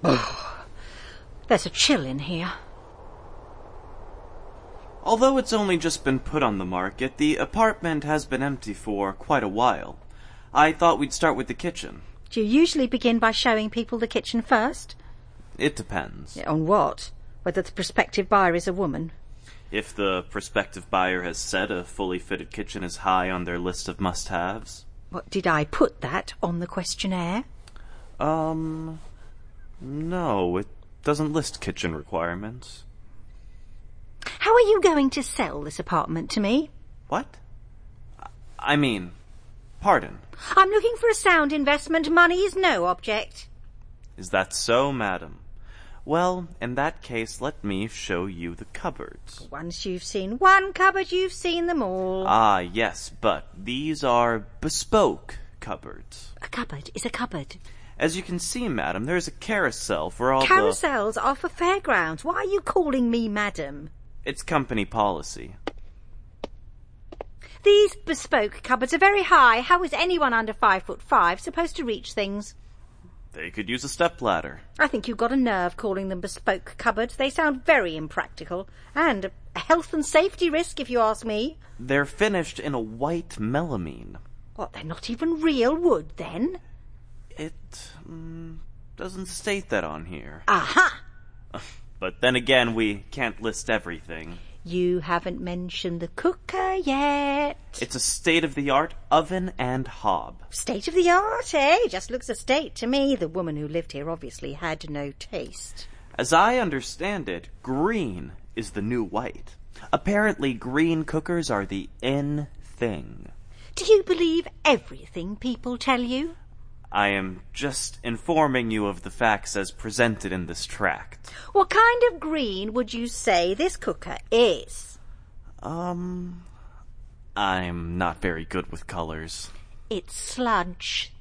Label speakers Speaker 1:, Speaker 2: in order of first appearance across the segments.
Speaker 1: There's a chill in here.
Speaker 2: Although it's only just been put on the market, the apartment has been empty for quite a while. I thought we'd start with the kitchen.
Speaker 1: Do you usually begin by showing people the kitchen first?
Speaker 2: It depends.
Speaker 1: On what? Whether the prospective buyer is a woman.
Speaker 2: If the prospective buyer has said a fully fitted kitchen is high on their list of must haves.
Speaker 1: What did I put that on the questionnaire?
Speaker 2: Um. No, it doesn't list kitchen requirements.
Speaker 1: How are you going to sell this apartment to me?
Speaker 2: What? I- I mean, pardon.
Speaker 1: I'm looking for a sound investment. Money is no object.
Speaker 2: Is that so, madam? Well, in that case, let me show you the cupboards.
Speaker 1: Once you've seen one cupboard, you've seen them all.
Speaker 2: Ah, yes, but these are bespoke cupboards.
Speaker 1: a cupboard is a cupboard.
Speaker 2: As you can see, madam, there is a carousel for all the...
Speaker 1: Carousels are for fairgrounds. Why are you calling me madam?
Speaker 2: It's company policy.
Speaker 1: These bespoke cupboards are very high. How is anyone under five foot five supposed to reach things?
Speaker 2: They could use a stepladder.
Speaker 1: I think you've got a nerve calling them bespoke cupboards. They sound very impractical and a health and safety risk, if you ask me.
Speaker 2: They're finished in a white melamine.
Speaker 1: What, they're not even real wood then?
Speaker 2: It mm, doesn't state that on here.
Speaker 1: Aha!
Speaker 2: But then again, we can't list everything.
Speaker 1: You haven't mentioned the cooker yet.
Speaker 2: It's a state-of-the-art oven and hob.
Speaker 1: State of the art, eh? Just looks a state to me. The woman who lived here obviously had no taste.
Speaker 2: As I understand it, green is the new white. Apparently, green cookers are the in thing.
Speaker 1: Do you believe everything people tell you?
Speaker 2: I am just informing you of the facts as presented in this tract.
Speaker 1: What kind of green would you say this cooker is?
Speaker 2: Um, I'm not very good with colors.
Speaker 1: It's sludge.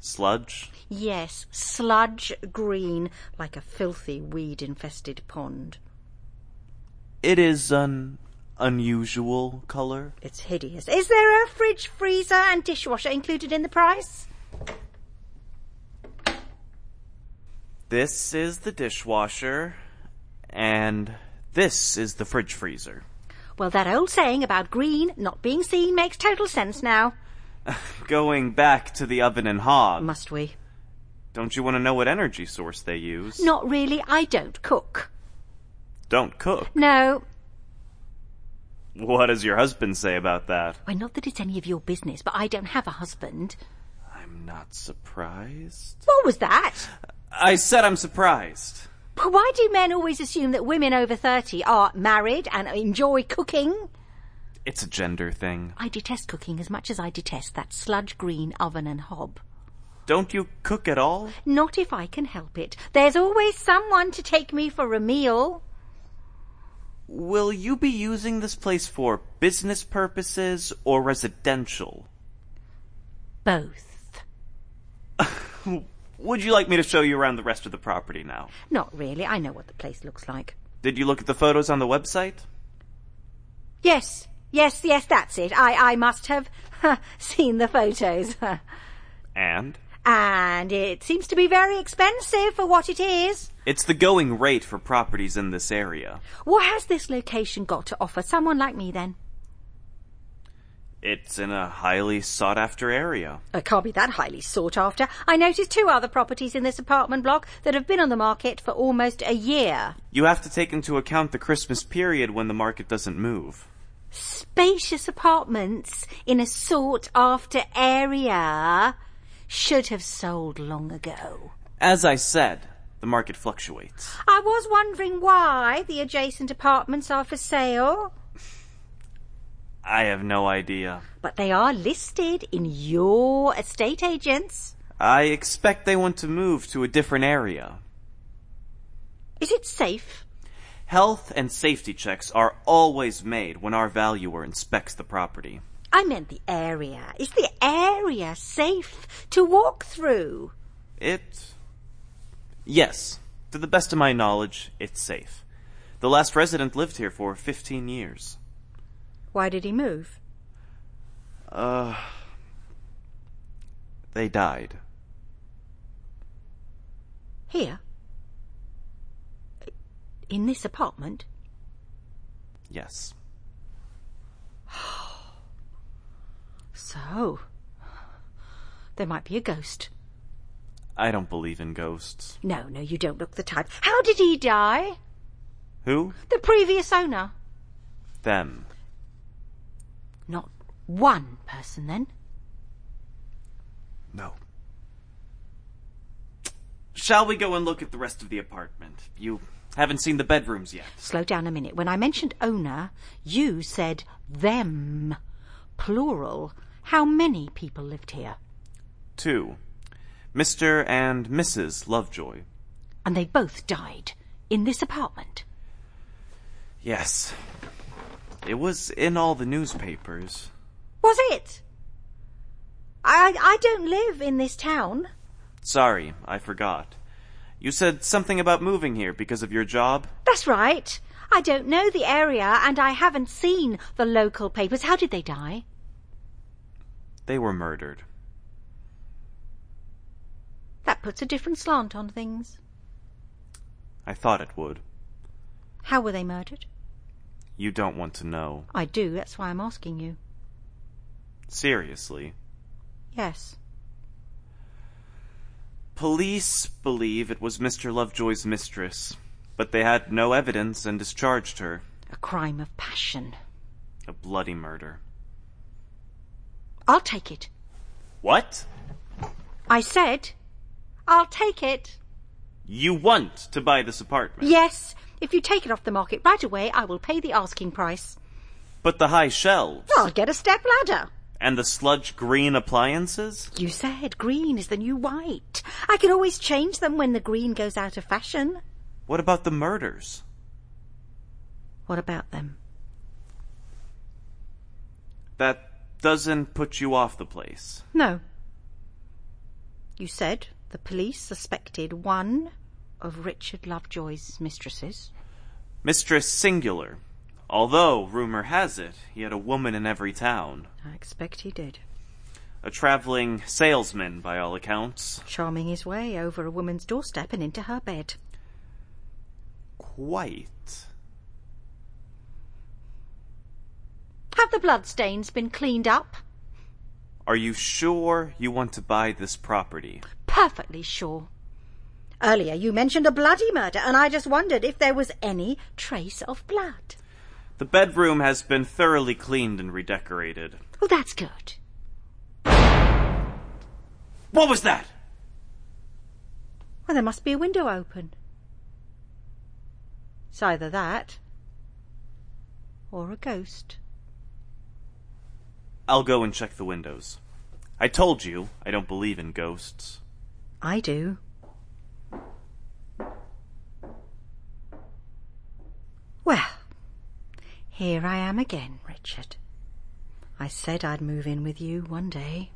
Speaker 2: Sludge?
Speaker 1: Yes, sludge green, like a filthy weed infested pond.
Speaker 2: It is an unusual color.
Speaker 1: It's hideous. Is there a fridge, freezer, and dishwasher included in the price?
Speaker 2: This is the dishwasher, and this is the fridge freezer.
Speaker 1: Well, that old saying about green not being seen makes total sense now.
Speaker 2: Going back to the oven and hob,
Speaker 1: Must we?
Speaker 2: don't you want to know what energy source they use?
Speaker 1: Not really. I don't cook.
Speaker 2: Don't cook.
Speaker 1: No,
Speaker 2: What does your husband say about that?
Speaker 1: well, not that it's any of your business, but I don't have a husband.
Speaker 2: I'm not surprised.
Speaker 1: What was that?
Speaker 2: I said I'm surprised.
Speaker 1: But why do men always assume that women over 30 are married and enjoy cooking?
Speaker 2: It's a gender thing.
Speaker 1: I detest cooking as much as I detest that sludge green oven and hob.
Speaker 2: Don't you cook at all?
Speaker 1: Not if I can help it. There's always someone to take me for a meal.
Speaker 2: Will you be using this place for business purposes or residential?
Speaker 1: Both.
Speaker 2: Would you like me to show you around the rest of the property now?
Speaker 1: Not really. I know what the place looks like.
Speaker 2: Did you look at the photos on the website?
Speaker 1: Yes, yes, yes, that's it. I, I must have seen the photos.
Speaker 2: And?
Speaker 1: and it seems to be very expensive for what it is.
Speaker 2: It's the going rate for properties in this area.
Speaker 1: What has this location got to offer someone like me then?
Speaker 2: It's in a highly sought after area.
Speaker 1: It can't be that highly sought after. I noticed two other properties in this apartment block that have been on the market for almost a year.
Speaker 2: You have to take into account the Christmas period when the market doesn't move.
Speaker 1: Spacious apartments in a sought after area should have sold long ago.
Speaker 2: As I said, the market fluctuates.
Speaker 1: I was wondering why the adjacent apartments are for sale,
Speaker 2: I have no idea.
Speaker 1: but they are listed in your estate agents.
Speaker 2: I expect they want to move to a different area.
Speaker 1: Is it safe?
Speaker 2: Health and safety checks are always made when our valuer inspects the property.
Speaker 1: I meant the area. Is the area safe to walk through?
Speaker 2: It. Yes, to the best of my knowledge, it's safe. The last resident lived here for 15 years.
Speaker 1: Why did he move?
Speaker 2: Uh. They died.
Speaker 1: Here. In this apartment?
Speaker 2: Yes.
Speaker 1: So, there might be a ghost.
Speaker 2: I don't believe in ghosts.
Speaker 1: No, no, you don't look the type. How did he die?
Speaker 2: Who?
Speaker 1: The previous owner.
Speaker 2: Them.
Speaker 1: Not one person then.
Speaker 2: No. Shall we go and look at the rest of the apartment? You haven't seen the bedrooms yet.
Speaker 1: Slow down a minute. When I mentioned owner, you said them. Plural. How many people lived here?
Speaker 2: Two. Mr. and Mrs. Lovejoy.
Speaker 1: And they both died in this apartment.
Speaker 2: Yes. It was in all the newspapers.
Speaker 1: Was it? I I don't live in this town.
Speaker 2: Sorry, I forgot. You said something about moving here because of your job?
Speaker 1: That's right. I don't know the area and I haven't seen the local papers. How did they die?
Speaker 2: They were murdered.
Speaker 1: That puts a different slant on things.
Speaker 2: I thought it would.
Speaker 1: How were they murdered?
Speaker 2: You don't want to know.
Speaker 1: I do, that's why I'm asking you.
Speaker 2: Seriously.
Speaker 1: Yes.
Speaker 2: Police believe it was Mr. Lovejoy's mistress, but they had no evidence and discharged her.
Speaker 1: A crime of passion.
Speaker 2: A bloody murder.
Speaker 1: I'll take it.
Speaker 2: What?
Speaker 1: I said, I'll take it.
Speaker 2: You want to buy this apartment.
Speaker 1: Yes, if you take it off the market right away, I will pay the asking price.
Speaker 2: But the high shelves
Speaker 1: I'll get a step ladder.
Speaker 2: and the sludge green appliances?
Speaker 1: You said green is the new white. I can always change them when the green goes out of fashion.
Speaker 2: What about the murders?
Speaker 1: What about them?
Speaker 2: That doesn't put you off the place.
Speaker 1: No. You said the police suspected one of Richard Lovejoy's mistresses.
Speaker 2: Mistress Singular. Although, rumor has it, he had a woman in every town.
Speaker 1: I expect he did.
Speaker 2: A traveling salesman, by all accounts.
Speaker 1: Charming his way over a woman's doorstep and into her bed.
Speaker 2: Quite.
Speaker 1: Have the bloodstains been cleaned up?
Speaker 2: Are you sure you want to buy this property?
Speaker 1: Perfectly sure. Earlier you mentioned a bloody murder, and I just wondered if there was any trace of blood.
Speaker 2: The bedroom has been thoroughly cleaned and redecorated.
Speaker 1: Oh, that's good.
Speaker 2: What was that?
Speaker 1: Well, there must be a window open. It's either that or a ghost.
Speaker 2: I'll go and check the windows. I told you I don't believe in ghosts.
Speaker 1: I do. Well, here I am again, Richard. I said I'd move in with you one day.